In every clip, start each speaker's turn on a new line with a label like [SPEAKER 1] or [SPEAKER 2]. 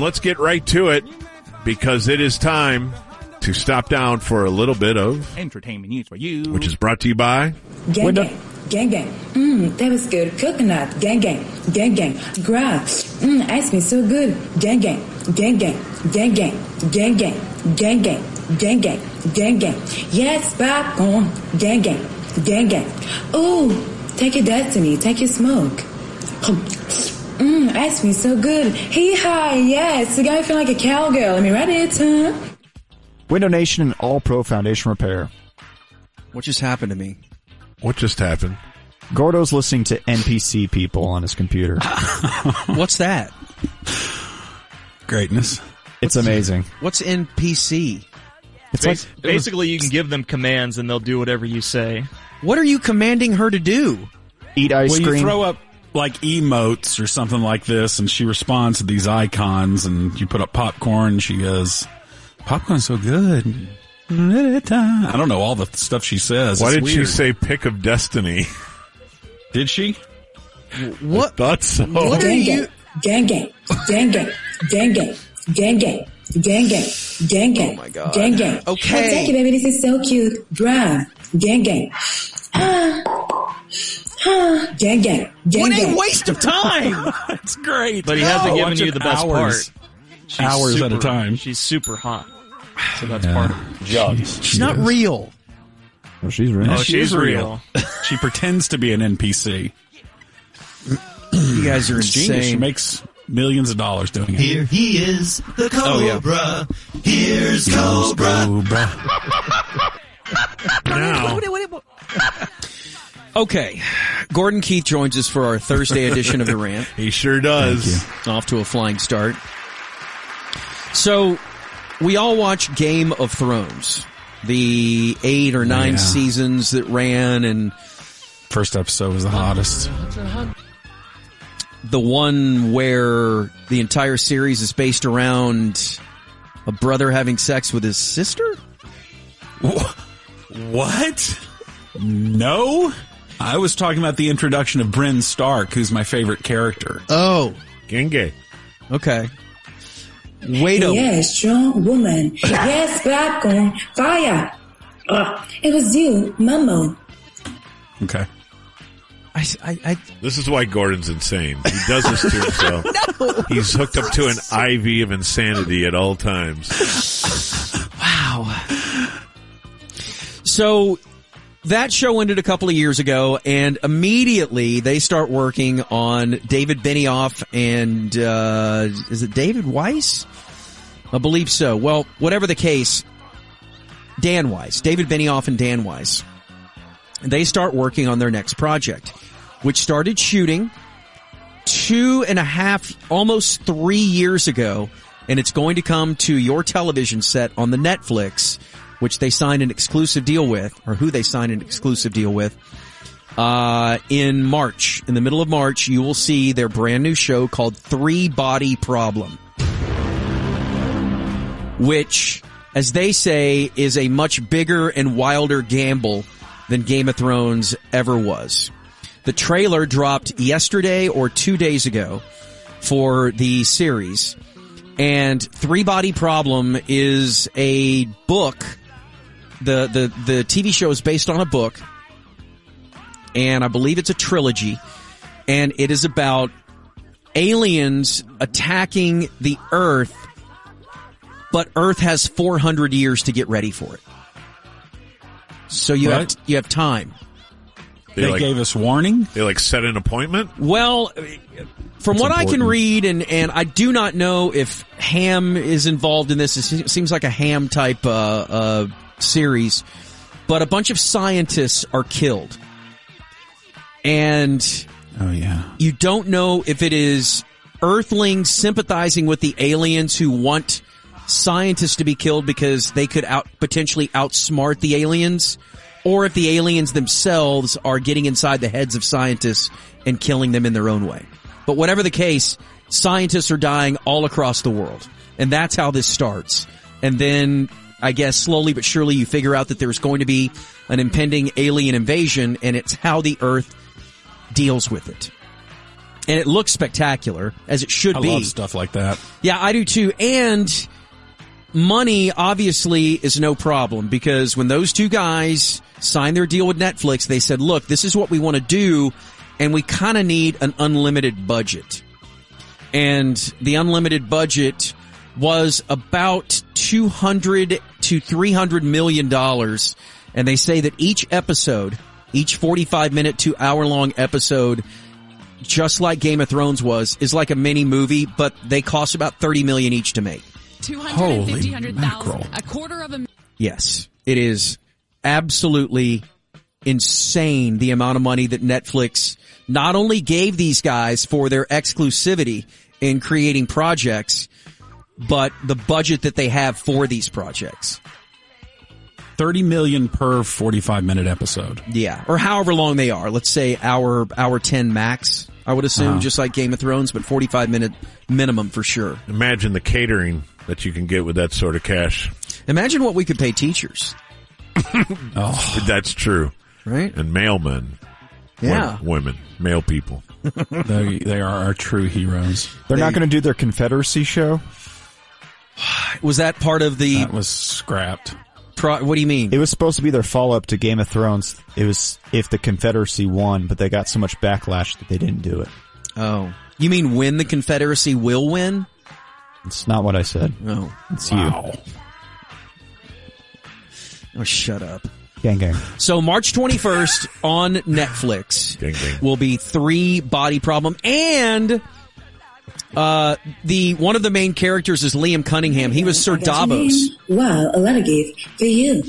[SPEAKER 1] Let's get right to it because it is time to stop down for a little bit of,
[SPEAKER 2] Entertainment news for you.
[SPEAKER 1] which is brought to you by.
[SPEAKER 3] Gang
[SPEAKER 4] Window-
[SPEAKER 3] gang. Gang gang. Mmm, that was good. Coconut. Gang gang. Gang gang. Grass. Mmm, ice cream so good. Gang gang. Gang gang. Gang gang. Gang gang. Gang gang. Gang gang. Gang gang. Yes, popcorn. Gang gang. Gang gang. Ooh, take your destiny. Take your smoke. Mmm, ice cream so good. Hee hi, yes. You got me feeling like a cowgirl. Let me write it, huh?
[SPEAKER 4] Window Nation and All Pro Foundation Repair.
[SPEAKER 5] What just happened to me?
[SPEAKER 1] What just happened?
[SPEAKER 4] Gordo's listening to NPC people on his computer.
[SPEAKER 5] What's that?
[SPEAKER 6] Greatness.
[SPEAKER 4] It's amazing.
[SPEAKER 5] What's NPC?
[SPEAKER 4] It's like
[SPEAKER 7] Basically, you can give them commands and they'll do whatever you say.
[SPEAKER 5] What are you commanding her to do?
[SPEAKER 4] eat ice
[SPEAKER 6] Well, you
[SPEAKER 4] cream.
[SPEAKER 6] throw up like emotes or something like this, and she responds to these icons, and you put up popcorn. and She goes, "Popcorn's so good." I don't know all the stuff she says.
[SPEAKER 1] Why
[SPEAKER 6] It's
[SPEAKER 1] did she
[SPEAKER 6] weird.
[SPEAKER 1] say pick of destiny?
[SPEAKER 6] Did she?
[SPEAKER 5] What?
[SPEAKER 1] Thought so.
[SPEAKER 5] What are
[SPEAKER 3] Gang
[SPEAKER 5] you?
[SPEAKER 3] gang, gang gang, gang gang, gang gang, gang gang, gang gang, gang gang.
[SPEAKER 5] Oh my God.
[SPEAKER 3] Gang gang.
[SPEAKER 5] Okay.
[SPEAKER 3] Hey, thank you, baby. This is so cute. Bruh. Gang gang. Ah. Ah. Gang gang. Gang
[SPEAKER 5] What
[SPEAKER 3] gang.
[SPEAKER 5] a waste of time!
[SPEAKER 6] It's great.
[SPEAKER 7] But he hasn't given you the best
[SPEAKER 6] hours,
[SPEAKER 7] part. She's
[SPEAKER 6] Hours at a
[SPEAKER 7] super-
[SPEAKER 6] time.
[SPEAKER 7] She's super hot. So that's
[SPEAKER 6] Yeah.
[SPEAKER 7] part of it.
[SPEAKER 5] She's not real.
[SPEAKER 4] Oh, she's really.
[SPEAKER 7] Oh,
[SPEAKER 6] she
[SPEAKER 7] she's
[SPEAKER 6] is
[SPEAKER 7] real.
[SPEAKER 6] real. she pretends to be an NPC.
[SPEAKER 5] You guys are
[SPEAKER 6] It's genius. She makes millions of dollars doing it.
[SPEAKER 8] Here he is, the Cobra.
[SPEAKER 5] Oh, yeah.
[SPEAKER 8] Here's Cobra.
[SPEAKER 1] Now,
[SPEAKER 5] Okay, Gordon Keith joins us for our Thursday edition of the rant.
[SPEAKER 1] he sure does.
[SPEAKER 5] Off to a flying start. So, we all watch Game of Thrones, the eight or nine
[SPEAKER 6] Yeah.
[SPEAKER 5] seasons that ran, and
[SPEAKER 6] First episode was the hottest.
[SPEAKER 5] the one where the entire series is based around a brother having sex with his sister.
[SPEAKER 6] What? No? I was talking about the introduction of Bryn Stark, who's my favorite character.
[SPEAKER 5] Oh,
[SPEAKER 1] Genge.
[SPEAKER 5] okay. Wait a
[SPEAKER 3] Yes, strong woman. yes, popcorn. Fire. Ah. It was you, Momo.
[SPEAKER 6] Okay.
[SPEAKER 5] I, I, I,
[SPEAKER 1] This is why Gordon's insane. He does this to himself. He's hooked up to an IV of insanity at all times.
[SPEAKER 5] so that show ended a couple of years ago, and immediately they start working on David Benioff and uh, is it David Weiss? I believe so. Well, whatever the case, Dan Weiss, David Benioff and Dan Weiss, they start working on their next project, which started shooting two and a half, almost three years ago, and it's going to come to your television set on the Netflix, which they signed an exclusive deal with, or who they signed an exclusive deal with. Uh, in March, in the middle of March, you will see their brand new show called Three Body Problem, which, as they say, is a much bigger and wilder gamble than Game of Thrones ever was. The trailer dropped yesterday or two days ago for the series. And Three Body Problem is a book. The, the, the TV show is based on a book. And I believe it's a trilogy. And it is about aliens attacking the Earth, but Earth has 400 years to get ready for it. So you
[SPEAKER 6] What?
[SPEAKER 5] have, you have time.
[SPEAKER 1] They,
[SPEAKER 6] They
[SPEAKER 1] like
[SPEAKER 6] gave us warning.
[SPEAKER 1] they like set an appointment.
[SPEAKER 5] Well, from what I can
[SPEAKER 6] important.
[SPEAKER 5] read, and, and I do not know if Ham is involved in this. It se- seems like a Ham type uh, uh, series, but a bunch of scientists are killed, and
[SPEAKER 6] Oh, yeah.
[SPEAKER 5] you don't know if it is Earthlings sympathizing with the aliens who want scientists to be killed because they could out potentially outsmart the aliens, or if the aliens themselves are getting inside the heads of scientists and killing them in their own way. But whatever the case, scientists are dying all across the world, and that's how this starts. And then I guess slowly but surely you figure out that there's going to be an impending alien invasion, and it's how the Earth deals with it. and it looks spectacular as it should
[SPEAKER 6] I
[SPEAKER 5] be.
[SPEAKER 6] love stuff like that.
[SPEAKER 5] Yeah, I do too. And money obviously is no problem because when those two guys signed their deal with Netflix, they said, look, this is what we want to do and we kind of need an unlimited budget. And the unlimited budget was about 200 to 300 million dollars. And they say that each episode, each 45 minute to hour long episode just like Game of Thrones was, is like a mini movie, but they cost about thirty million each to make.
[SPEAKER 2] 250,000,
[SPEAKER 6] mackerel.
[SPEAKER 2] a quarter of a
[SPEAKER 5] Yes, it is absolutely insane the amount of money that Netflix not only gave these guys for their exclusivity in creating projects, but the budget that they have for these projects.
[SPEAKER 6] Thirty million per forty-five minute episode.
[SPEAKER 5] Yeah, or however long they are. Let's say hour hour ten max. I would assume just like Game of Thrones, but forty five minute minimum for sure.
[SPEAKER 1] Imagine the catering that you can get with that sort of cash.
[SPEAKER 5] Imagine what we could pay teachers,
[SPEAKER 1] That's true.
[SPEAKER 5] right?
[SPEAKER 1] And mailmen.
[SPEAKER 5] Yeah.
[SPEAKER 1] Wo- Women. Male people.
[SPEAKER 6] they, they are our true heroes.
[SPEAKER 4] They're not going to do their Confederacy show.
[SPEAKER 5] Was that part of the?
[SPEAKER 6] That was scrapped.
[SPEAKER 5] Pro- what do you mean?
[SPEAKER 4] It was supposed to be their follow up to Game of Thrones. It was if the Confederacy won, but they got so much backlash that they didn't do it.
[SPEAKER 5] oh, you mean when the Confederacy will win?
[SPEAKER 4] It's not what I said.
[SPEAKER 5] No.
[SPEAKER 4] It's
[SPEAKER 6] Wow.
[SPEAKER 5] Oh, shut up.
[SPEAKER 4] you. Gang gang.
[SPEAKER 5] So March 21st on Netflix
[SPEAKER 1] Ding, ding.
[SPEAKER 5] will be three body problem and uh the one of the main characters is Liam Cunningham. He was Sir Davos.
[SPEAKER 3] Wow, a letter gift for you.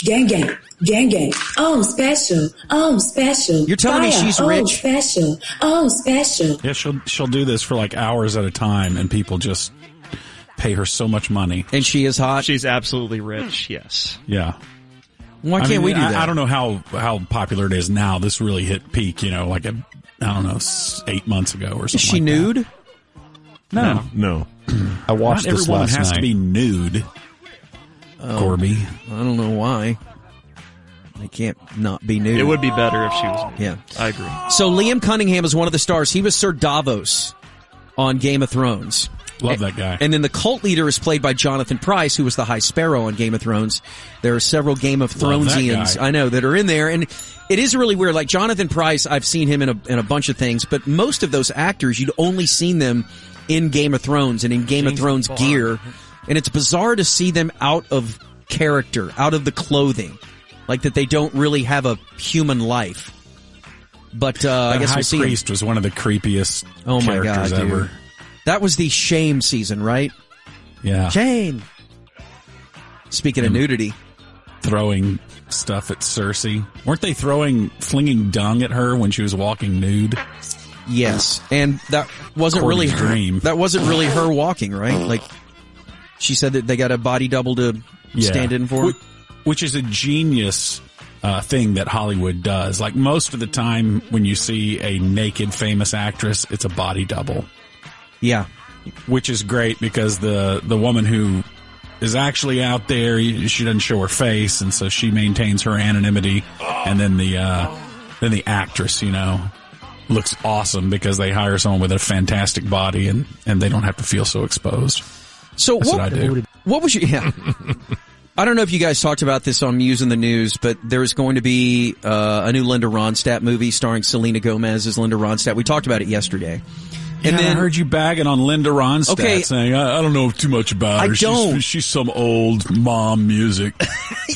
[SPEAKER 3] Gang gang. Gang gang. Oh, special. Oh, special.
[SPEAKER 5] You're telling me
[SPEAKER 3] Fire.
[SPEAKER 5] she's
[SPEAKER 3] oh,
[SPEAKER 5] rich?
[SPEAKER 3] special. Oh, special.
[SPEAKER 6] Yeah, she'll she'll do this for like hours at a time, and people just pay her so much money.
[SPEAKER 5] And she is hot.
[SPEAKER 7] She's absolutely rich. Yes.
[SPEAKER 6] Yeah.
[SPEAKER 5] Why can't
[SPEAKER 6] I mean,
[SPEAKER 5] we do
[SPEAKER 6] I-
[SPEAKER 5] that?
[SPEAKER 6] I, don't know how how popular it is now. This really hit peak, you know, like a I don't know, s- eight months ago or something.
[SPEAKER 5] Is she
[SPEAKER 6] like that.
[SPEAKER 5] nude?
[SPEAKER 6] No,
[SPEAKER 1] No.
[SPEAKER 4] I watched
[SPEAKER 6] not every
[SPEAKER 4] this
[SPEAKER 6] woman
[SPEAKER 4] last
[SPEAKER 6] has
[SPEAKER 4] night.
[SPEAKER 6] to be nude. Corby,
[SPEAKER 5] I don't know why. I can't not be nude.
[SPEAKER 7] It would be better if she was.
[SPEAKER 5] Yeah.
[SPEAKER 7] I agree.
[SPEAKER 5] So Liam Cunningham is one of the stars. He was Sir Davos on Game of Thrones.
[SPEAKER 6] love that guy.
[SPEAKER 5] And then the cult leader is played by Jonathan Price, who was the High Sparrow on Game of Thrones. There are several Game of
[SPEAKER 6] Love that
[SPEAKER 5] Thronesians
[SPEAKER 6] guy.
[SPEAKER 5] I know that are in there, and it is really weird. Like Jonathan Price, I've seen him in a in a bunch of things, but most of those actors you'd only seen them in Game of Thrones and in Game of Thrones gear, and it's bizarre to see them out of character, out of the clothing, like that they don't really have a human life. But uh, I
[SPEAKER 6] That
[SPEAKER 5] guess
[SPEAKER 6] high
[SPEAKER 5] we'll see.
[SPEAKER 6] priest was one of the creepiest
[SPEAKER 5] Oh my
[SPEAKER 6] characters
[SPEAKER 5] God, dude.
[SPEAKER 6] ever.
[SPEAKER 5] That was the shame season, right?
[SPEAKER 6] Yeah,
[SPEAKER 5] Shame. Speaking of nudity.
[SPEAKER 6] throwing stuff at Cersei. Weren't they throwing flinging dung at her when she was walking nude?
[SPEAKER 5] Yes, and that wasn't
[SPEAKER 6] uh, Courtney's
[SPEAKER 5] really her.
[SPEAKER 6] dream. Uh-huh.
[SPEAKER 5] That wasn't really her walking, right? Like she said that they got a body double to
[SPEAKER 6] Yeah.
[SPEAKER 5] stand in for.
[SPEAKER 6] Wh- which is a genius uh, thing that Hollywood does. Like most of the time, when you see a naked famous actress, it's a body double,
[SPEAKER 5] Yeah,
[SPEAKER 6] which is great because the the woman who is actually out there, she doesn't show her face, and so she maintains her anonymity. And then the uh, then the actress, you know. Looks awesome because they hire someone with a fantastic body and, and they don't have to feel so exposed.
[SPEAKER 5] So
[SPEAKER 6] That's
[SPEAKER 5] what,
[SPEAKER 6] what I do.
[SPEAKER 5] what was your? Yeah, I don't know if you guys talked about this on Muse in the News, but there's going to be uh, a new Linda Ronstadt movie starring Selena Gomez as Linda Ronstadt. We talked about it yesterday, and
[SPEAKER 6] Yeah,
[SPEAKER 5] then
[SPEAKER 6] I heard you bagging on Linda Ronstadt
[SPEAKER 5] Okay.
[SPEAKER 6] saying, I, I don't know too much about
[SPEAKER 5] I
[SPEAKER 6] her.
[SPEAKER 5] don't.
[SPEAKER 6] She's, she's some old mom music.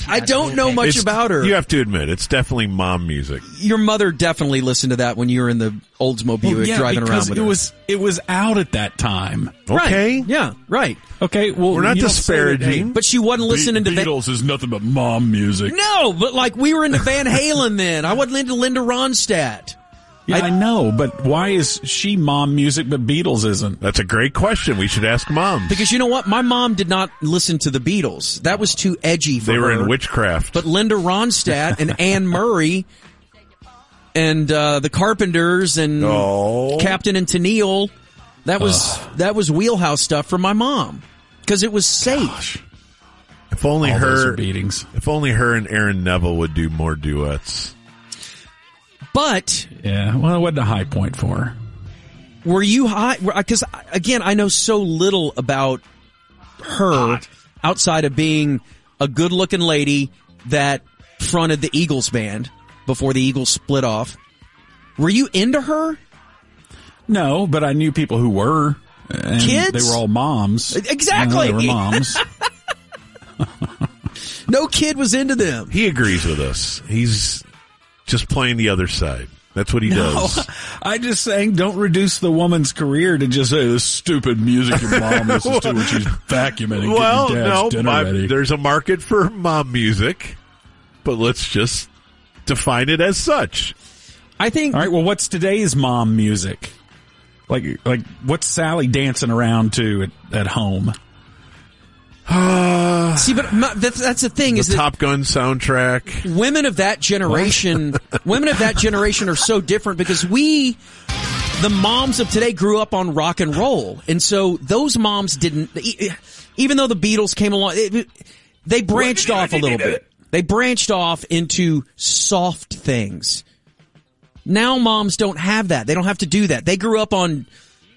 [SPEAKER 5] I don't know much
[SPEAKER 1] It's-
[SPEAKER 5] about her.
[SPEAKER 1] You have to admit, it's definitely mom music.
[SPEAKER 5] Your mother definitely listened to that when you were in the Oldsmobile
[SPEAKER 6] Well, yeah,
[SPEAKER 5] driving around
[SPEAKER 6] because
[SPEAKER 5] with
[SPEAKER 6] it
[SPEAKER 5] her.
[SPEAKER 6] was it was out at that time.
[SPEAKER 5] Right.
[SPEAKER 1] Okay.
[SPEAKER 5] Yeah. Right.
[SPEAKER 6] Okay, well
[SPEAKER 1] We're not
[SPEAKER 6] you don't say
[SPEAKER 1] disparaging.
[SPEAKER 5] But she wasn't listening
[SPEAKER 6] Be-
[SPEAKER 5] to that.
[SPEAKER 6] Beatles is nothing but mom music.
[SPEAKER 5] No, but like we were into Van Halen then. I wasn't into Linda Ronstadt.
[SPEAKER 6] Yeah,
[SPEAKER 5] I-
[SPEAKER 6] I, know, but why is she mom music but Beatles isn't?
[SPEAKER 1] That's a great question. We should ask moms.
[SPEAKER 5] Because you know what? My mom did not listen to the Beatles. That was too edgy for
[SPEAKER 1] they were
[SPEAKER 5] her.
[SPEAKER 1] in witchcraft.
[SPEAKER 5] But Linda Ronstadt and Anne Murray and uh, the Carpenters and
[SPEAKER 1] Oh.
[SPEAKER 5] Captain and Tennille, that was that was wheelhouse stuff for my mom because it was safe.
[SPEAKER 1] if only
[SPEAKER 6] All those are
[SPEAKER 1] her,
[SPEAKER 6] beatings.
[SPEAKER 1] if only her and Aaron Neville would do more duets.
[SPEAKER 5] But
[SPEAKER 6] Yeah, well, it wasn't a high point for her.
[SPEAKER 5] Were you hot? Because again, I know so little about her outside of being a good-looking lady that fronted the Eagles band before the Eagles split off. Were you into her?
[SPEAKER 6] No, but I knew people who were. And
[SPEAKER 5] Kids? E-,
[SPEAKER 6] They were all moms.
[SPEAKER 5] Exactly.
[SPEAKER 6] You know, they were moms.
[SPEAKER 5] No kid was into them.
[SPEAKER 1] He agrees with us. He's just playing the other side. That's what he does.
[SPEAKER 6] I just saying, don't reduce the woman's career to just say this stupid music your mom listens to when she's vacuuming. And
[SPEAKER 1] well,
[SPEAKER 6] getting dad's
[SPEAKER 1] no,
[SPEAKER 6] dinner
[SPEAKER 1] my-
[SPEAKER 6] ready.
[SPEAKER 1] there's a market for mom music, but let's just define it as such.
[SPEAKER 5] I think
[SPEAKER 6] All right. Well, what's today's mom music? Like, like what's Sally dancing around to at, at home?
[SPEAKER 5] See, but my, that's, that's the thing
[SPEAKER 1] The
[SPEAKER 5] is that
[SPEAKER 1] Top Gun soundtrack.
[SPEAKER 5] women of that generation, women of that generation are so different because we, the moms of today, grew up on rock and roll, and so those moms didn't. e- Even though the Beatles came along, it, they branched off a little bit. They branched off into soft things. Now moms don't have that. They don't have to do that. They grew up on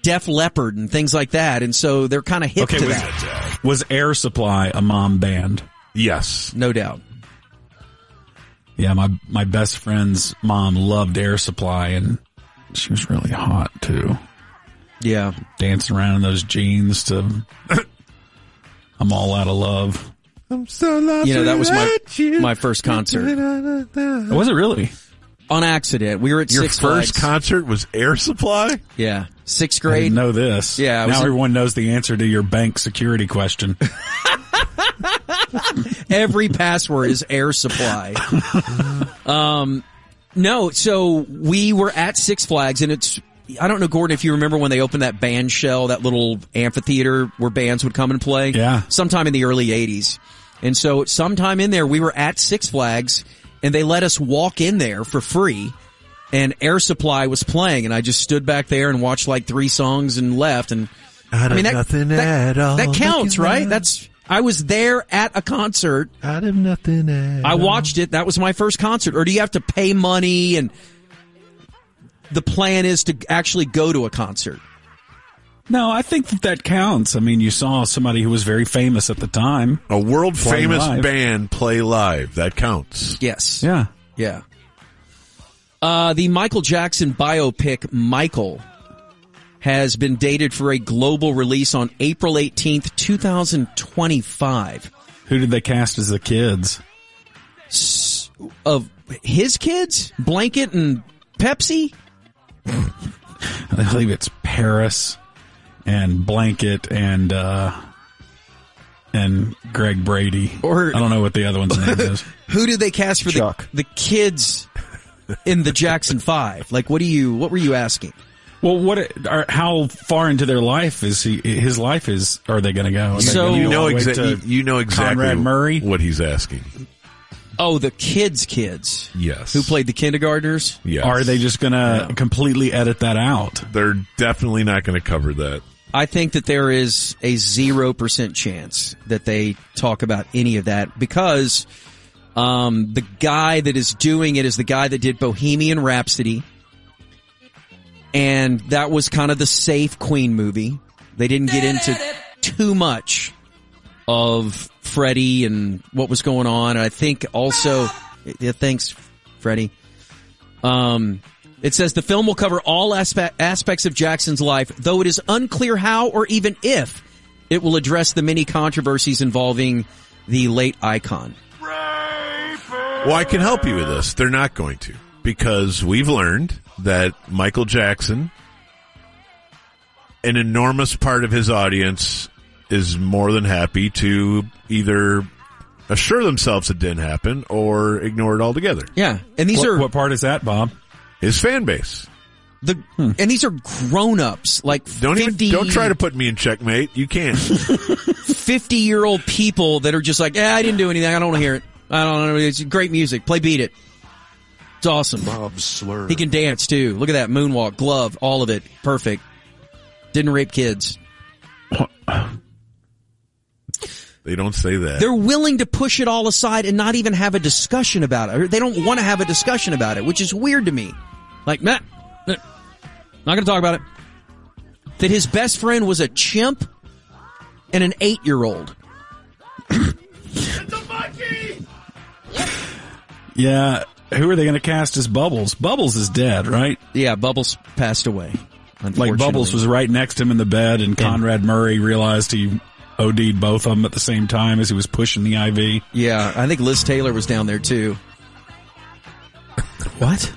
[SPEAKER 5] Def Leppard and things like that, and so they're kind of hip to
[SPEAKER 6] was,
[SPEAKER 5] that,
[SPEAKER 6] was Air Supply a mom band?
[SPEAKER 1] Yes.
[SPEAKER 5] no doubt.
[SPEAKER 6] Yeah, my my best friend's mom loved Air Supply, and she was really hot too,
[SPEAKER 5] Yeah.
[SPEAKER 6] dancing around in those jeans to "I'm All Out of Love."
[SPEAKER 1] I'm so lovely
[SPEAKER 5] You know, that was my my first concert
[SPEAKER 6] Was it really?
[SPEAKER 5] on accident. We were at
[SPEAKER 1] Your
[SPEAKER 5] Six
[SPEAKER 1] first
[SPEAKER 5] Flags.
[SPEAKER 1] concert was Air Supply?
[SPEAKER 5] yeah, sixth
[SPEAKER 6] I
[SPEAKER 5] grade.
[SPEAKER 6] didn't know this.
[SPEAKER 5] Yeah, it was
[SPEAKER 6] now
[SPEAKER 5] a-
[SPEAKER 6] everyone knows the answer to your bank security question.
[SPEAKER 5] Every password is air supply. um, no, so we were at Six Flags, and it's I don't know, Gordon, if you remember when they opened that band shell, that little amphitheater where bands would come and play.
[SPEAKER 6] Yeah.
[SPEAKER 5] sometime in the early '80s, and so sometime in there we were at Six Flags, and they let us walk in there for free. And Air Supply was playing, and I just stood back there and watched like three songs and left. And
[SPEAKER 1] Out of
[SPEAKER 5] that,
[SPEAKER 1] nothing
[SPEAKER 5] that-
[SPEAKER 1] at all.
[SPEAKER 5] That counts,
[SPEAKER 1] Making
[SPEAKER 5] right?
[SPEAKER 1] love.
[SPEAKER 5] That's I was there at a concert.
[SPEAKER 1] Out of nothing at
[SPEAKER 5] I watched it. That was my first concert. Or do you have to pay money and the plan is to actually go to a concert?
[SPEAKER 6] no, I think that that counts. I mean, you saw somebody who was very famous at the time.
[SPEAKER 1] A world
[SPEAKER 6] Play
[SPEAKER 1] famous
[SPEAKER 6] live.
[SPEAKER 1] band play live. That counts.
[SPEAKER 5] Yes.
[SPEAKER 6] Yeah.
[SPEAKER 5] Yeah. Uh, the Michael Jackson biopic Michael has been dated for a global release on April 18th, 2025
[SPEAKER 6] Who did they cast as the kids?
[SPEAKER 5] of his kids, Blanket and Pepsi.
[SPEAKER 6] I believe it's Paris and Blanket and uh and Greg Brady.
[SPEAKER 5] Or-
[SPEAKER 6] I don't know what the other one's name is.
[SPEAKER 5] Who did they cast for the,
[SPEAKER 4] Chuck.
[SPEAKER 5] the kids in the Jackson 5? Like what do you what were you asking?
[SPEAKER 6] Well, what? it- Are, how far into their life is he? His life is. Are they going to go? Are they
[SPEAKER 5] So-
[SPEAKER 6] gonna
[SPEAKER 1] You
[SPEAKER 6] go
[SPEAKER 1] know
[SPEAKER 6] all the way
[SPEAKER 1] exactly.
[SPEAKER 6] to
[SPEAKER 1] You know exactly
[SPEAKER 6] Conrad Murray?
[SPEAKER 1] what he's asking.
[SPEAKER 5] Oh, the kids' kids
[SPEAKER 1] Yes.
[SPEAKER 5] who played the kindergartners.
[SPEAKER 1] Yes.
[SPEAKER 6] Are they just going to completely edit that out?
[SPEAKER 1] They're definitely not going to cover that.
[SPEAKER 5] I think that there is a zero percent chance that they talk about any of that because um, the guy that is doing it is the guy that did Bohemian Rhapsody, and that was kind of the safe Queen movie. They didn't get into too much of Freddie and what was going on. And I think also, yeah, thanks, Freddie. Um, it says the film will cover all aspe- aspects of Jackson's life, though it is unclear how or even if it will address the many controversies involving the late icon.
[SPEAKER 1] Well, I can help you with this. They're not going to because we've learned that Michael Jackson, an enormous part of his audience, is more than happy to either assure themselves it didn't happen or ignore it altogether.
[SPEAKER 5] Yeah, and these
[SPEAKER 6] What,
[SPEAKER 5] are
[SPEAKER 6] what part is that, Bob?
[SPEAKER 1] His fan base.
[SPEAKER 5] the and these are grown-ups like
[SPEAKER 1] Hmm. Don't
[SPEAKER 5] 50,
[SPEAKER 1] even don't try to put me in checkmate. You can't.
[SPEAKER 5] 50-year-old people that are just like, "Yeah, I didn't do anything. I don't want to hear it. I don't know. It's great music. Play beat it. It's awesome."
[SPEAKER 8] Bob Slur.
[SPEAKER 5] He can dance too. Look at that moonwalk, glove, all of it. Perfect. Didn't rape kids.
[SPEAKER 1] they don't say that.
[SPEAKER 5] They're willing to push it all aside and not even have a discussion about it. Or They don't want to have a discussion about it, which is weird to me. Like, nah, nah, not going to talk about it. that his best friend was a chimp and an eight year old.
[SPEAKER 6] Yeah. Who are they going to cast as Bubbles? Bubbles is dead, right?
[SPEAKER 5] Yeah, Bubbles passed away.
[SPEAKER 6] Like Bubbles was right next to him in the bed, and Conrad Murray realized he OD'd both of them at the same time as he was pushing the IV.
[SPEAKER 5] Yeah, I think Liz Taylor was down there too. What?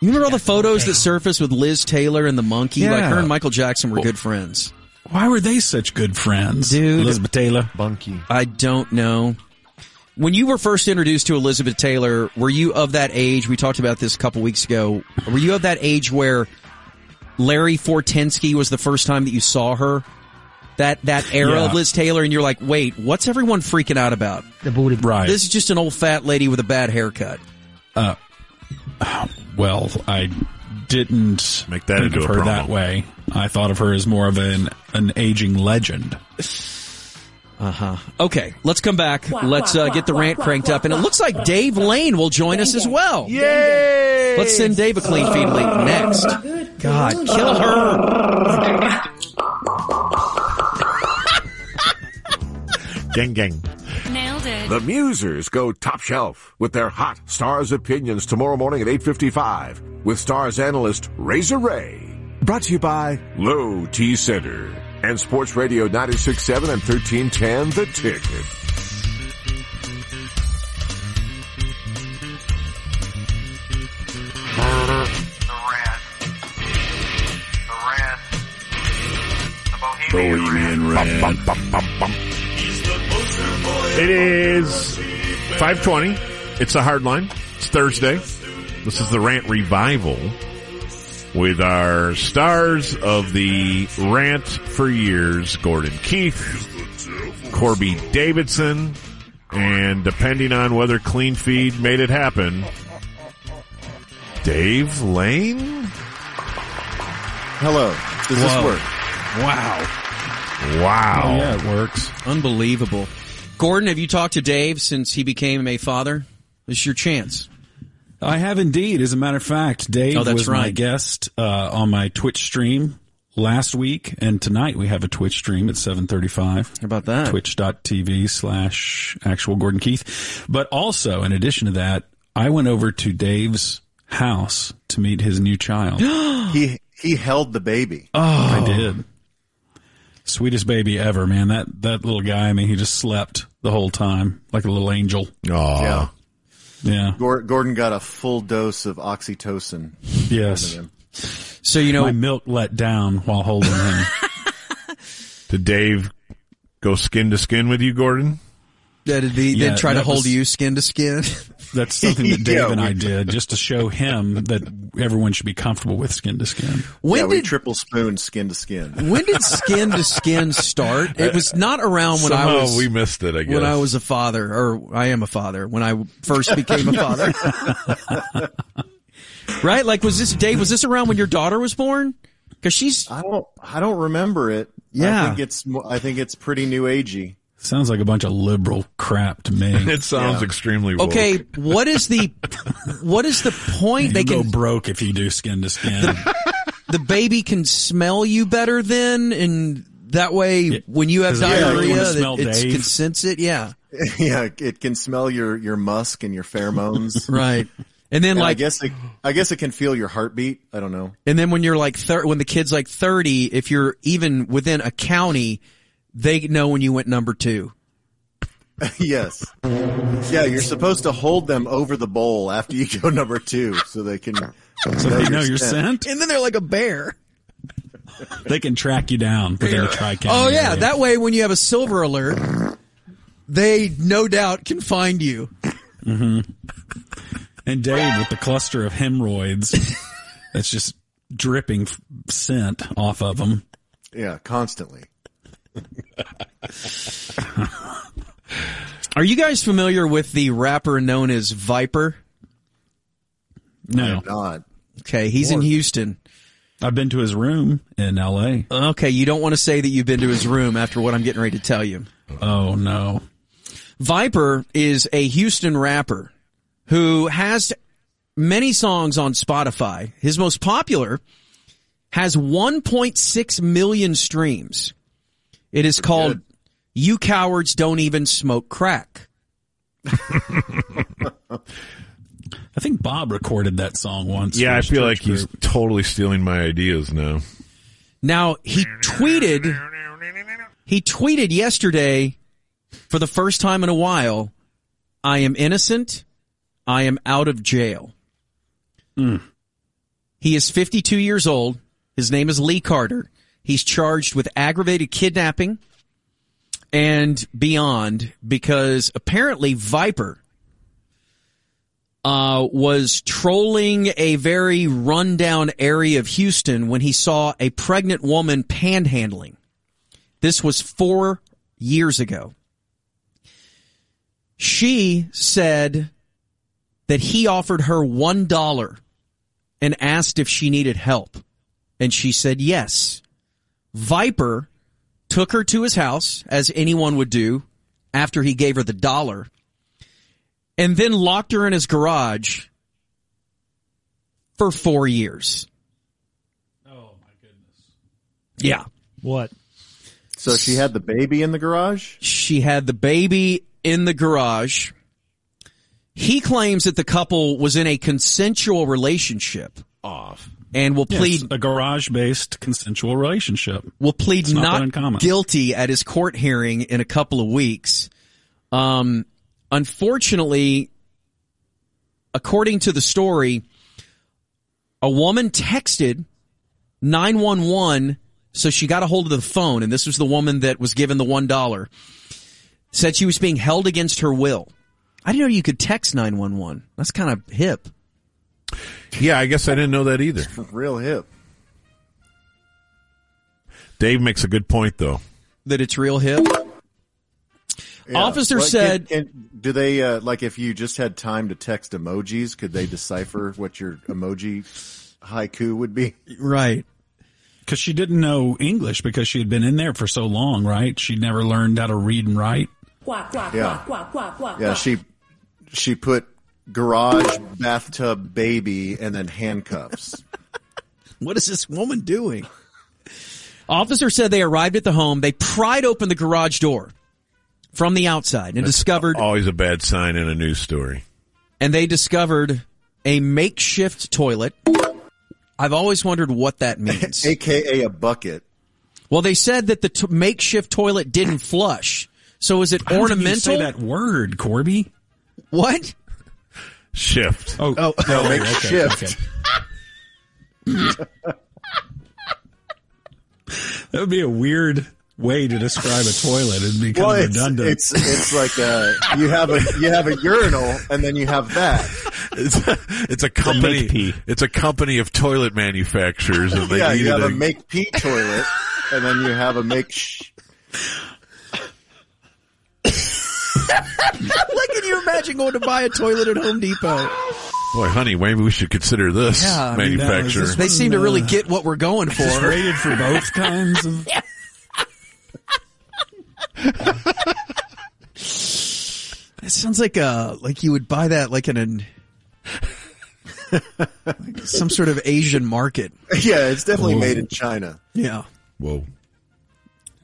[SPEAKER 5] You remember all the photos that surfaced with Liz Taylor and the monkey? Like
[SPEAKER 6] Yeah.
[SPEAKER 5] her and Michael Jackson were good friends.
[SPEAKER 6] Why were they such good friends,
[SPEAKER 5] Dude.
[SPEAKER 6] Elizabeth Taylor.
[SPEAKER 2] Bunky.
[SPEAKER 5] I don't know. When you were first introduced to Elizabeth Taylor, were you of that age? We talked about this a couple weeks ago. Were you of that age where Larry Fortinsky was the first time that you saw her? That that era
[SPEAKER 6] Yeah.
[SPEAKER 5] of Liz Taylor, and you're like, wait, what's everyone freaking out about?
[SPEAKER 6] Right.
[SPEAKER 5] This is just an old fat lady with a bad haircut.
[SPEAKER 6] well, I didn't
[SPEAKER 1] Make that
[SPEAKER 6] think
[SPEAKER 1] into
[SPEAKER 6] of
[SPEAKER 1] a
[SPEAKER 6] her
[SPEAKER 1] promo.
[SPEAKER 6] that way. I thought of her as more of an an aging legend.
[SPEAKER 5] Uh-huh. Okay, let's come back. Let's uh, get the rant cranked up, and it looks like Dave Lane will join us as well.
[SPEAKER 1] Yay!
[SPEAKER 5] Let's send Dave a clean feed link next.
[SPEAKER 3] Good.
[SPEAKER 5] God,
[SPEAKER 3] Good.
[SPEAKER 5] kill her.
[SPEAKER 1] gang gang.
[SPEAKER 9] Nailed it.
[SPEAKER 10] The Musers go top shelf with their hot Stars opinions tomorrow morning at 8.55 with Stars analyst Razor Ray. Brought to you by Low T Center and Sports Radio 96.7 and 1310 The Ticket.
[SPEAKER 11] The Rat. The Rat. The Bohemian,
[SPEAKER 1] Bohemian Rhapsody.
[SPEAKER 10] Bum, bum, bum, bum.
[SPEAKER 1] It is 520. It's a hard line. It's Thursday. This is the rant revival with our stars of the rant for years, Gordon Keith, Corby Davidson, and depending on whether Clean Feed made it happen, Dave Lane?
[SPEAKER 2] Hello. Does this work?
[SPEAKER 6] Wow.
[SPEAKER 1] Wow.
[SPEAKER 6] Yeah, it works.
[SPEAKER 5] Unbelievable. Gordon, have you talked to Dave since he became a father? This is your chance.
[SPEAKER 6] I have indeed. As a matter of fact, Dave
[SPEAKER 5] Oh, that's
[SPEAKER 6] was my
[SPEAKER 5] right.
[SPEAKER 6] guest uh, on my Twitch stream last week, and tonight we have a Twitch stream at seven thirty-five.
[SPEAKER 5] How about that?
[SPEAKER 6] Twitch.tv slash actual Gordon Keith. But also, in addition to that, I went over to Dave's house to meet his new child. Oh.
[SPEAKER 2] He he held the baby.
[SPEAKER 6] I did. Sweetest baby ever, man. That that little guy. I mean, he just slept the whole time like a little angel.
[SPEAKER 1] Aw.
[SPEAKER 2] Yeah.
[SPEAKER 6] Yeah.
[SPEAKER 2] Gor- Gordon got a full dose of oxytocin.
[SPEAKER 6] Yes.
[SPEAKER 5] So you
[SPEAKER 6] My
[SPEAKER 5] know, uh,
[SPEAKER 6] milk let down while holding him.
[SPEAKER 1] Did Dave go skin to skin with you, Gordon?
[SPEAKER 5] that'd be,
[SPEAKER 6] Yeah,
[SPEAKER 5] they'd try to
[SPEAKER 6] that
[SPEAKER 5] hold
[SPEAKER 6] was-
[SPEAKER 5] you skin to skin.
[SPEAKER 6] That's something that Dave
[SPEAKER 2] Yeah,
[SPEAKER 6] and
[SPEAKER 2] we-
[SPEAKER 6] I did just to show him that everyone should be comfortable with skin to skin.
[SPEAKER 5] When
[SPEAKER 2] yeah, we
[SPEAKER 5] did
[SPEAKER 2] triple spoon skin to skin.
[SPEAKER 5] when did skin to skin start? It was not around when I
[SPEAKER 1] Somehow
[SPEAKER 5] was
[SPEAKER 1] we missed it, I guess.
[SPEAKER 5] when I was a father, or I am a father, when I first became a father. right? Like, was this, Dave, was this around when your daughter was born? Cause she's,
[SPEAKER 2] I don't I don't remember it.
[SPEAKER 5] Yeah.
[SPEAKER 2] I think it's mo- I think it's pretty new agey.
[SPEAKER 6] Sounds like a bunch of liberal crap to me.
[SPEAKER 1] It sounds extremely woke.
[SPEAKER 5] okay, what is the, what is the point? They
[SPEAKER 6] you go
[SPEAKER 5] can,
[SPEAKER 6] broke if you do skin to skin.
[SPEAKER 5] the baby can smell you better then, and that way, when you have
[SPEAKER 6] Does it really
[SPEAKER 5] diarrhea,
[SPEAKER 6] wanna smell
[SPEAKER 5] it, it's,
[SPEAKER 6] Dave?
[SPEAKER 5] can sense it. Yeah.
[SPEAKER 2] yeah, it can smell your your musk and your pheromones.
[SPEAKER 5] Right. And then
[SPEAKER 2] And I
[SPEAKER 5] like,
[SPEAKER 2] guess it, I guess it can feel your heartbeat. I don't know.
[SPEAKER 5] And then when you're like thir- when the kid's like 30, if you're even within a county, they know when you went number 2.
[SPEAKER 2] yes. Yeah, you're supposed to hold them over the bowl after you go number two, so they can.
[SPEAKER 6] so they know your scent.
[SPEAKER 5] And then they're like a bear.
[SPEAKER 6] They can track you down within the tri county.
[SPEAKER 5] Oh yeah, that way when you have a silver alert, they no doubt can find you.
[SPEAKER 6] And Dave with the cluster of hemorrhoids that's just dripping f- scent off of him.
[SPEAKER 2] Yeah, constantly.
[SPEAKER 5] Are you guys familiar with the rapper known as Viper?
[SPEAKER 6] No,
[SPEAKER 2] Not.
[SPEAKER 5] Okay, he's in Houston.
[SPEAKER 6] I've been to his room in L.A.
[SPEAKER 5] Okay, you don't want to say that you've been to his room after what I'm getting ready to tell you.
[SPEAKER 6] Oh no,
[SPEAKER 5] Viper is a Houston rapper who has many songs on Spotify. His most popular has 1.6 million streams. It is called You Cowards Don't Even Smoke Crack.
[SPEAKER 6] I think Bob recorded that song once.
[SPEAKER 1] Yeah,
[SPEAKER 6] for
[SPEAKER 1] I
[SPEAKER 6] his
[SPEAKER 1] feel
[SPEAKER 6] church
[SPEAKER 1] like he's
[SPEAKER 6] group.
[SPEAKER 1] totally stealing my ideas now.
[SPEAKER 5] Now, he tweeted he tweeted yesterday for the first time in a while, I am innocent. I am out of jail. He is 52 years old. His name is Lee Carter. He's charged with aggravated kidnapping and beyond because apparently Viper uh, was trolling a very rundown area of Houston when he saw a pregnant woman panhandling. This was four years ago. She said that he offered her one dollar and asked if she needed help. And she said yes. Viper took her to his house, as anyone would do, after he gave her the dollar, and then locked her in his garage for four years. Oh, my goodness. Yeah.
[SPEAKER 7] What?
[SPEAKER 2] So she had the baby in the garage?
[SPEAKER 5] She had the baby in the garage. He claims that the couple was in a consensual relationship. Off. And will
[SPEAKER 6] Yes,
[SPEAKER 5] plead
[SPEAKER 6] a garage-based consensual relationship.
[SPEAKER 5] will plead
[SPEAKER 6] It's not that
[SPEAKER 5] not,
[SPEAKER 6] uncommon.
[SPEAKER 5] guilty at his court hearing in a couple of weeks. Um, unfortunately, according to the story, a woman texted 911, so she got a hold of the phone, and this was the woman that was given the $1, said she was being held against her will. I didn't know you could text 911. That's kind of hip.
[SPEAKER 1] Yeah, I guess I didn't know that either.
[SPEAKER 2] Real hip.
[SPEAKER 1] Dave makes a good point, though.
[SPEAKER 5] That it's real hip.
[SPEAKER 2] Yeah.
[SPEAKER 5] Officer
[SPEAKER 2] Well, can-
[SPEAKER 5] said-
[SPEAKER 2] can- "Do they uh, like if you just had time to text emojis? Could they decipher what your emoji haiku would be?"
[SPEAKER 5] Right.
[SPEAKER 6] Because she didn't know English because she had been in there for so long, right? She never learned how to read and write.
[SPEAKER 2] Yeah. Yeah, she she put garage bathtub baby and then handcuffs.
[SPEAKER 5] What is this woman doing? Officer said they arrived at the home. They pried open the garage door from the outside and discovered
[SPEAKER 1] Always a bad sign in a news story.
[SPEAKER 5] and they discovered a makeshift toilet. I've always wondered what that means.
[SPEAKER 2] AKA a bucket.
[SPEAKER 5] Well, they said that the t- makeshift toilet didn't flush. So is it
[SPEAKER 6] How did you say
[SPEAKER 5] ornamental?
[SPEAKER 6] that word, Corby.
[SPEAKER 5] What?
[SPEAKER 1] Shift.
[SPEAKER 6] Oh, oh,
[SPEAKER 2] no, make shift.
[SPEAKER 6] that would be a weird way to describe a toilet. It'd be kind
[SPEAKER 2] Well,
[SPEAKER 6] of
[SPEAKER 2] it's,
[SPEAKER 6] redundant.
[SPEAKER 2] it's it's like uh you have a you have a urinal and then you have that.
[SPEAKER 1] It's a, it's a company.
[SPEAKER 4] make pee.
[SPEAKER 1] It's a company of toilet manufacturers, and they
[SPEAKER 2] yeah, you
[SPEAKER 1] needed
[SPEAKER 2] have a
[SPEAKER 1] a-
[SPEAKER 2] make pee toilet and then you have a make sh-
[SPEAKER 5] like, can you imagine going to buy a toilet at Home Depot?
[SPEAKER 1] boy, honey. Maybe we should consider this
[SPEAKER 5] Yeah, I mean,
[SPEAKER 1] manufacturer.
[SPEAKER 6] no, is
[SPEAKER 5] They seem to really get what we're going
[SPEAKER 6] It's
[SPEAKER 5] for.
[SPEAKER 6] rated for both kinds of.
[SPEAKER 5] It sounds like a like you would buy that like in an like some sort of Asian market.
[SPEAKER 2] Yeah, it's definitely made in China.
[SPEAKER 5] Yeah.
[SPEAKER 1] Whoa.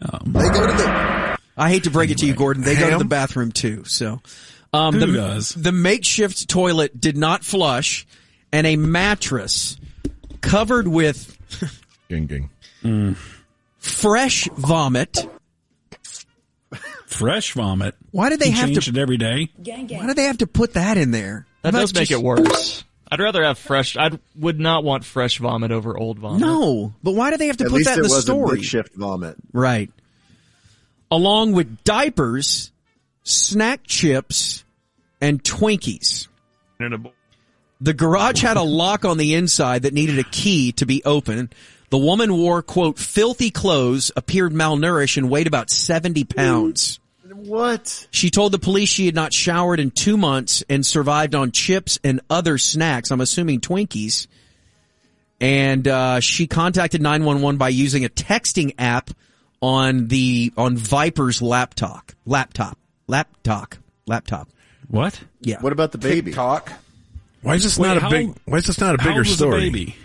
[SPEAKER 2] They go to the
[SPEAKER 5] I hate to break it to you, Gordon. They go to
[SPEAKER 1] Ham?
[SPEAKER 5] the bathroom too. So, um,
[SPEAKER 6] Who
[SPEAKER 5] the,
[SPEAKER 6] does?
[SPEAKER 5] the makeshift toilet did not flush, and a mattress covered with
[SPEAKER 1] Ging ging.
[SPEAKER 5] fresh vomit.
[SPEAKER 6] Fresh vomit.
[SPEAKER 5] Why did they
[SPEAKER 6] You
[SPEAKER 5] have
[SPEAKER 6] change
[SPEAKER 5] to?
[SPEAKER 6] it every day.
[SPEAKER 3] Gang
[SPEAKER 5] Why
[SPEAKER 3] gang.
[SPEAKER 5] do they have to put that in there?
[SPEAKER 7] That
[SPEAKER 5] How
[SPEAKER 7] does
[SPEAKER 5] about
[SPEAKER 7] make
[SPEAKER 5] just-
[SPEAKER 7] it worse. I'd rather have fresh. I would not want fresh vomit over old vomit.
[SPEAKER 5] No, but why do they have to
[SPEAKER 2] at
[SPEAKER 5] put
[SPEAKER 2] least
[SPEAKER 5] that in
[SPEAKER 2] it
[SPEAKER 5] the
[SPEAKER 2] was a
[SPEAKER 5] story?
[SPEAKER 2] makeshift vomit.
[SPEAKER 5] Right. Along with diapers, snack chips, and Twinkies. The garage had a lock on the inside that needed a key to be opened. The woman wore, quote, filthy clothes, appeared malnourished, and weighed about 70 pounds.
[SPEAKER 2] What?
[SPEAKER 5] She told the police she had not showered in two months and survived on chips and other snacks. I'm assuming Twinkies. And uh, she contacted 911 by using a texting app on the on Viper's laptop, laptop, laptop, laptop.
[SPEAKER 6] What?
[SPEAKER 5] Yeah.
[SPEAKER 2] What about the baby?
[SPEAKER 1] Why is this
[SPEAKER 6] Wait,
[SPEAKER 1] not a
[SPEAKER 6] how-
[SPEAKER 1] big? Why is this not a
[SPEAKER 6] How old
[SPEAKER 1] bigger
[SPEAKER 6] was the
[SPEAKER 1] story?
[SPEAKER 6] baby?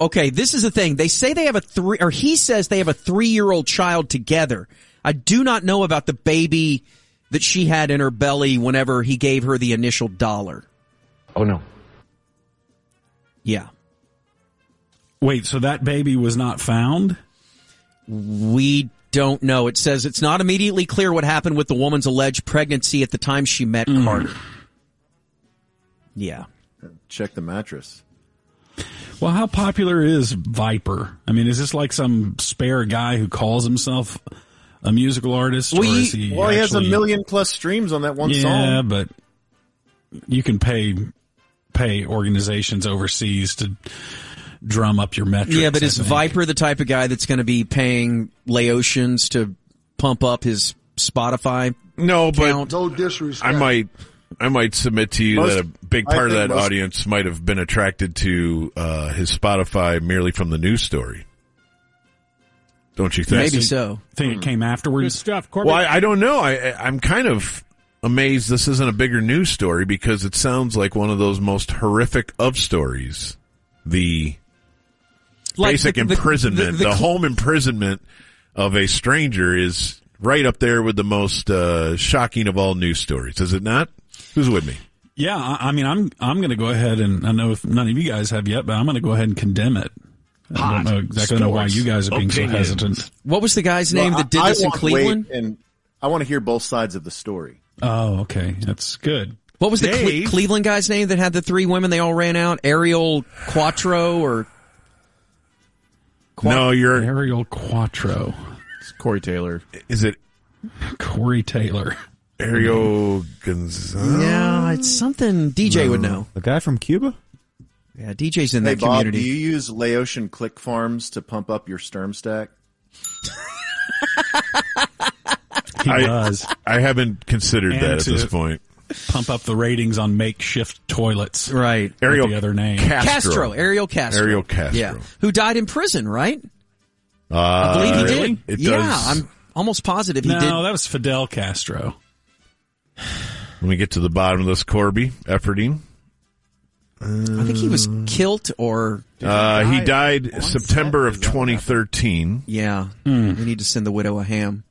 [SPEAKER 5] okay, this is the thing. They say they have a three, or he says they have a three-year-old child together. I do not know about the baby that she had in her belly whenever he gave her the initial dollar.
[SPEAKER 9] Oh no.
[SPEAKER 5] Yeah.
[SPEAKER 6] Wait, so that baby was not found?
[SPEAKER 5] We don't know. It says it's not immediately clear what happened with the woman's alleged pregnancy at the time she met
[SPEAKER 2] Mm.
[SPEAKER 5] Carter. Yeah.
[SPEAKER 2] Uh, Check the mattress.
[SPEAKER 6] Well, how popular is Viper? I mean, is this like some spare guy who calls himself a musical artist?
[SPEAKER 2] Well,
[SPEAKER 6] or is
[SPEAKER 2] he,
[SPEAKER 6] he
[SPEAKER 2] well, he has a
[SPEAKER 6] actually-
[SPEAKER 2] million plus streams on that one
[SPEAKER 6] yeah,
[SPEAKER 2] song.
[SPEAKER 6] but you can pay pay organizations overseas to drum up your metrics.
[SPEAKER 5] yeah, but
[SPEAKER 6] I
[SPEAKER 5] is
[SPEAKER 6] think.
[SPEAKER 5] Viper the type of guy that's going to be paying Laotians to pump up his Spotify?
[SPEAKER 1] No, but
[SPEAKER 5] no
[SPEAKER 1] I
[SPEAKER 5] disrespect.
[SPEAKER 1] might, I might submit to you
[SPEAKER 5] Most-
[SPEAKER 1] that a big
[SPEAKER 5] I
[SPEAKER 1] part of
[SPEAKER 5] think
[SPEAKER 1] that
[SPEAKER 5] most-
[SPEAKER 1] audience might have been attracted to uh, his Spotify merely from the news story. Don't you think?
[SPEAKER 6] Maybe so. Think it came afterwards. Good stuff,
[SPEAKER 1] Well, I, I don't know. I, I- I'm kind of amazed this isn't a bigger news story because it sounds like one of those most horrific of stories. The
[SPEAKER 5] Like
[SPEAKER 1] basic
[SPEAKER 5] the- the-
[SPEAKER 1] imprisonment, the,
[SPEAKER 5] the- the-
[SPEAKER 1] home imprisonment of a stranger is right up there with the most uh, shocking of all news stories, is it not? Who's with me?
[SPEAKER 6] Yeah, I, I mean, I'm I'm going to go ahead and I know if none of you guys have yet, but I'm going to go ahead and condemn it. I don't
[SPEAKER 5] Hot
[SPEAKER 6] know exactly know why
[SPEAKER 5] sports
[SPEAKER 6] you guys are being so
[SPEAKER 5] opinions.
[SPEAKER 6] hesitant.
[SPEAKER 5] What was the guy's name
[SPEAKER 2] Well,
[SPEAKER 5] that did
[SPEAKER 2] I- I
[SPEAKER 5] this in
[SPEAKER 2] wanna wait
[SPEAKER 5] Cleveland?
[SPEAKER 2] And I want to hear both sides of the story.
[SPEAKER 6] Oh, okay, that's good.
[SPEAKER 5] What was the Cle-
[SPEAKER 2] Dave.
[SPEAKER 5] Cleveland guy's name that had the three women? They all ran out. Ariel Quattro or
[SPEAKER 1] no, you're
[SPEAKER 6] Ariel Quattro.
[SPEAKER 1] It's Corey Taylor. Is it
[SPEAKER 6] Corey Taylor?
[SPEAKER 1] Ariel Gonzalez?
[SPEAKER 5] yeah, it's something DJ would know.
[SPEAKER 4] The guy from Cuba?
[SPEAKER 5] Yeah, DJ's in
[SPEAKER 2] hey,
[SPEAKER 5] that
[SPEAKER 2] Bob,
[SPEAKER 5] community.
[SPEAKER 2] do you use Laotian click farms to pump up your Sturm stack?
[SPEAKER 6] He
[SPEAKER 1] I,
[SPEAKER 6] does.
[SPEAKER 1] I haven't considered
[SPEAKER 6] And
[SPEAKER 1] that at
[SPEAKER 6] to-
[SPEAKER 1] this point.
[SPEAKER 6] Pump up the ratings on makeshift toilets.
[SPEAKER 5] Right.
[SPEAKER 1] Ariel
[SPEAKER 6] the other name.
[SPEAKER 5] Castro. Ariel Castro.
[SPEAKER 1] Ariel Castro.
[SPEAKER 5] Yeah, who died in prison, right?
[SPEAKER 1] Uh,
[SPEAKER 5] I believe he did.
[SPEAKER 1] It
[SPEAKER 5] yeah,
[SPEAKER 1] does.
[SPEAKER 5] I'm almost positive he
[SPEAKER 6] no,
[SPEAKER 5] did.
[SPEAKER 6] that was Fidel Castro.
[SPEAKER 1] Let me get to the bottom of this, Corby. Efforting.
[SPEAKER 5] I think he was
[SPEAKER 1] Mm.
[SPEAKER 5] kilt or
[SPEAKER 1] Uh, he died September of 2013.
[SPEAKER 5] Yeah,
[SPEAKER 6] Hmm.
[SPEAKER 5] we need to send the widow a ham.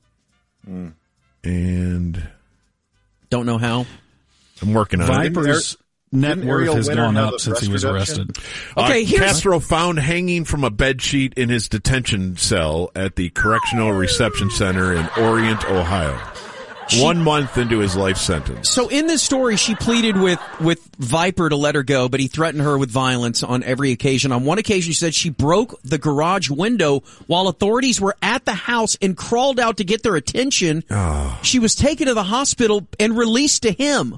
[SPEAKER 1] And
[SPEAKER 5] Don't know how.
[SPEAKER 1] I'm working on
[SPEAKER 6] Viper's net
[SPEAKER 2] didn't
[SPEAKER 6] worth
[SPEAKER 2] Ariel
[SPEAKER 6] has
[SPEAKER 2] Winter
[SPEAKER 6] gone
[SPEAKER 2] have
[SPEAKER 6] up
[SPEAKER 2] a
[SPEAKER 6] since he was
[SPEAKER 2] breast reduction?
[SPEAKER 6] arrested.
[SPEAKER 1] it.
[SPEAKER 5] Okay,
[SPEAKER 1] Uh,
[SPEAKER 5] here's-
[SPEAKER 1] Castro found hanging from a bed sheet in his detention cell at the Correctional Reception Center in Orient, Ohio. One month into his life sentence.
[SPEAKER 5] So in this story, she pleaded with with Viper to let her go, but he threatened her with violence on every occasion. On one occasion, she said she broke the garage window while authorities were at the house and crawled out to get their attention.
[SPEAKER 1] Oh.
[SPEAKER 5] She was taken to the hospital and released to him.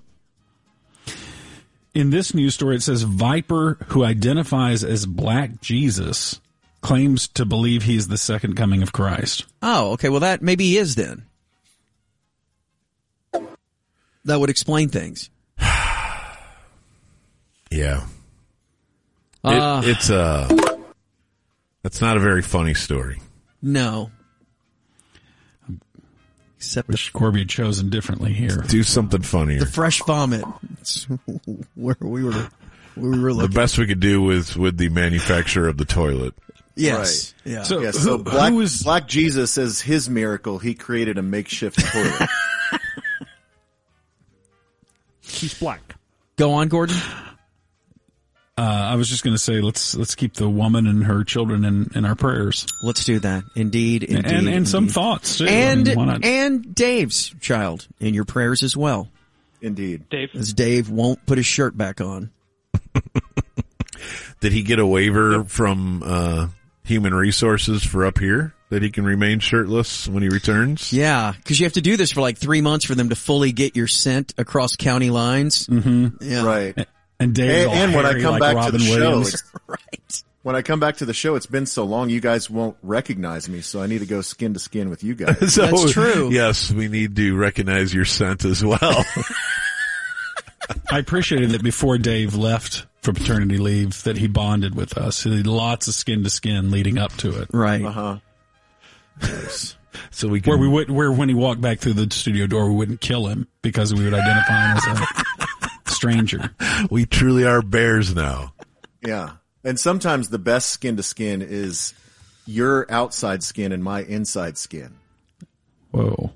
[SPEAKER 6] In this news story, it says Viper, who identifies as Black Jesus, claims to believe he is the second coming of Christ.
[SPEAKER 5] Oh, okay. Well, that maybe he is then. That would explain things.
[SPEAKER 1] Yeah. It,
[SPEAKER 6] Ah.
[SPEAKER 5] Uh.
[SPEAKER 1] it's uh that's not a very funny story.
[SPEAKER 5] No. Except
[SPEAKER 6] Wish Corby had chosen differently here.
[SPEAKER 1] Do something funnier.
[SPEAKER 5] The fresh vomit. It's where we were, where we
[SPEAKER 1] The
[SPEAKER 5] were looking.
[SPEAKER 1] best we could do with with the manufacturer of the toilet.
[SPEAKER 5] Yes. Yeah.
[SPEAKER 2] So, yeah, so Black, Black Jesus is his miracle. He created a makeshift toilet.
[SPEAKER 12] He's black.
[SPEAKER 5] Go on, Gordon.
[SPEAKER 6] Uh, I was just going to say let's let's keep the woman and her children in, in our prayers.
[SPEAKER 5] Let's do that, indeed, indeed,
[SPEAKER 6] and and some
[SPEAKER 5] indeed.
[SPEAKER 6] thoughts too. I
[SPEAKER 5] and
[SPEAKER 6] mean, why not?
[SPEAKER 5] and Dave's child in your prayers as well.
[SPEAKER 2] Indeed,
[SPEAKER 5] Dave. As Dave won't put his shirt back on.
[SPEAKER 1] Did he get a waiver from uh human resources for up here that he can remain shirtless when he returns?
[SPEAKER 5] Yeah, because you have to do this for like three months for them to fully get your scent across county lines.
[SPEAKER 6] Mm-hmm.
[SPEAKER 5] Yeah.
[SPEAKER 2] Right.
[SPEAKER 6] And Dave's all
[SPEAKER 2] And, and when I
[SPEAKER 6] hairy
[SPEAKER 2] come
[SPEAKER 6] like
[SPEAKER 2] back
[SPEAKER 6] Robin
[SPEAKER 2] to the
[SPEAKER 6] Williams.
[SPEAKER 2] show, right. When I come back to the show, it's been so long, you guys won't recognize me. So I need to go skin to skin with you guys.
[SPEAKER 1] So, Yes, we need to recognize your scent as well.
[SPEAKER 6] I appreciated that before Dave left for paternity leave that he bonded with us. He did lots of skin to skin leading up to it.
[SPEAKER 5] Right.
[SPEAKER 2] Uh-huh.
[SPEAKER 1] so we
[SPEAKER 6] where we would where when he walked back through the studio door we wouldn't kill him because we would identify him as a stranger.
[SPEAKER 1] we truly are bears now.
[SPEAKER 2] Yeah. And sometimes the best skin to skin is your outside skin and my inside skin.
[SPEAKER 6] Whoa.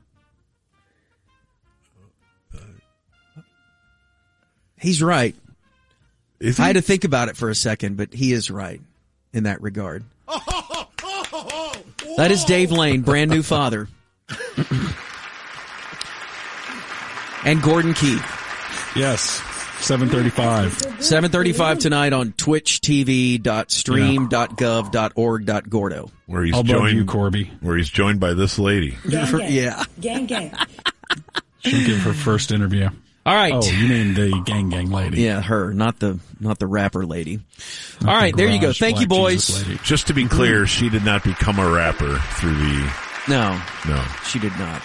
[SPEAKER 5] He's right. I had to think about it for a second, but he is right in that regard. That is Dave Lane, brand new father. and Gordon Keith.
[SPEAKER 6] Yes. 735.
[SPEAKER 5] 735 tonight on twitchtv.stream.gov.org.gordo.
[SPEAKER 1] Where he's
[SPEAKER 6] I'll bug
[SPEAKER 1] joined
[SPEAKER 6] you, Corby.
[SPEAKER 1] Where he's joined by this lady.
[SPEAKER 5] Yeah.
[SPEAKER 3] Gang gang.
[SPEAKER 6] She'll give her first interview.
[SPEAKER 5] All right.
[SPEAKER 6] Oh, you mean the gang gang lady.
[SPEAKER 5] Yeah, her, not the not the rapper lady. All right, there you go. Thank you, boys.
[SPEAKER 1] Just to be clear, she did not become a rapper through the
[SPEAKER 5] No,
[SPEAKER 1] no.
[SPEAKER 5] she did not.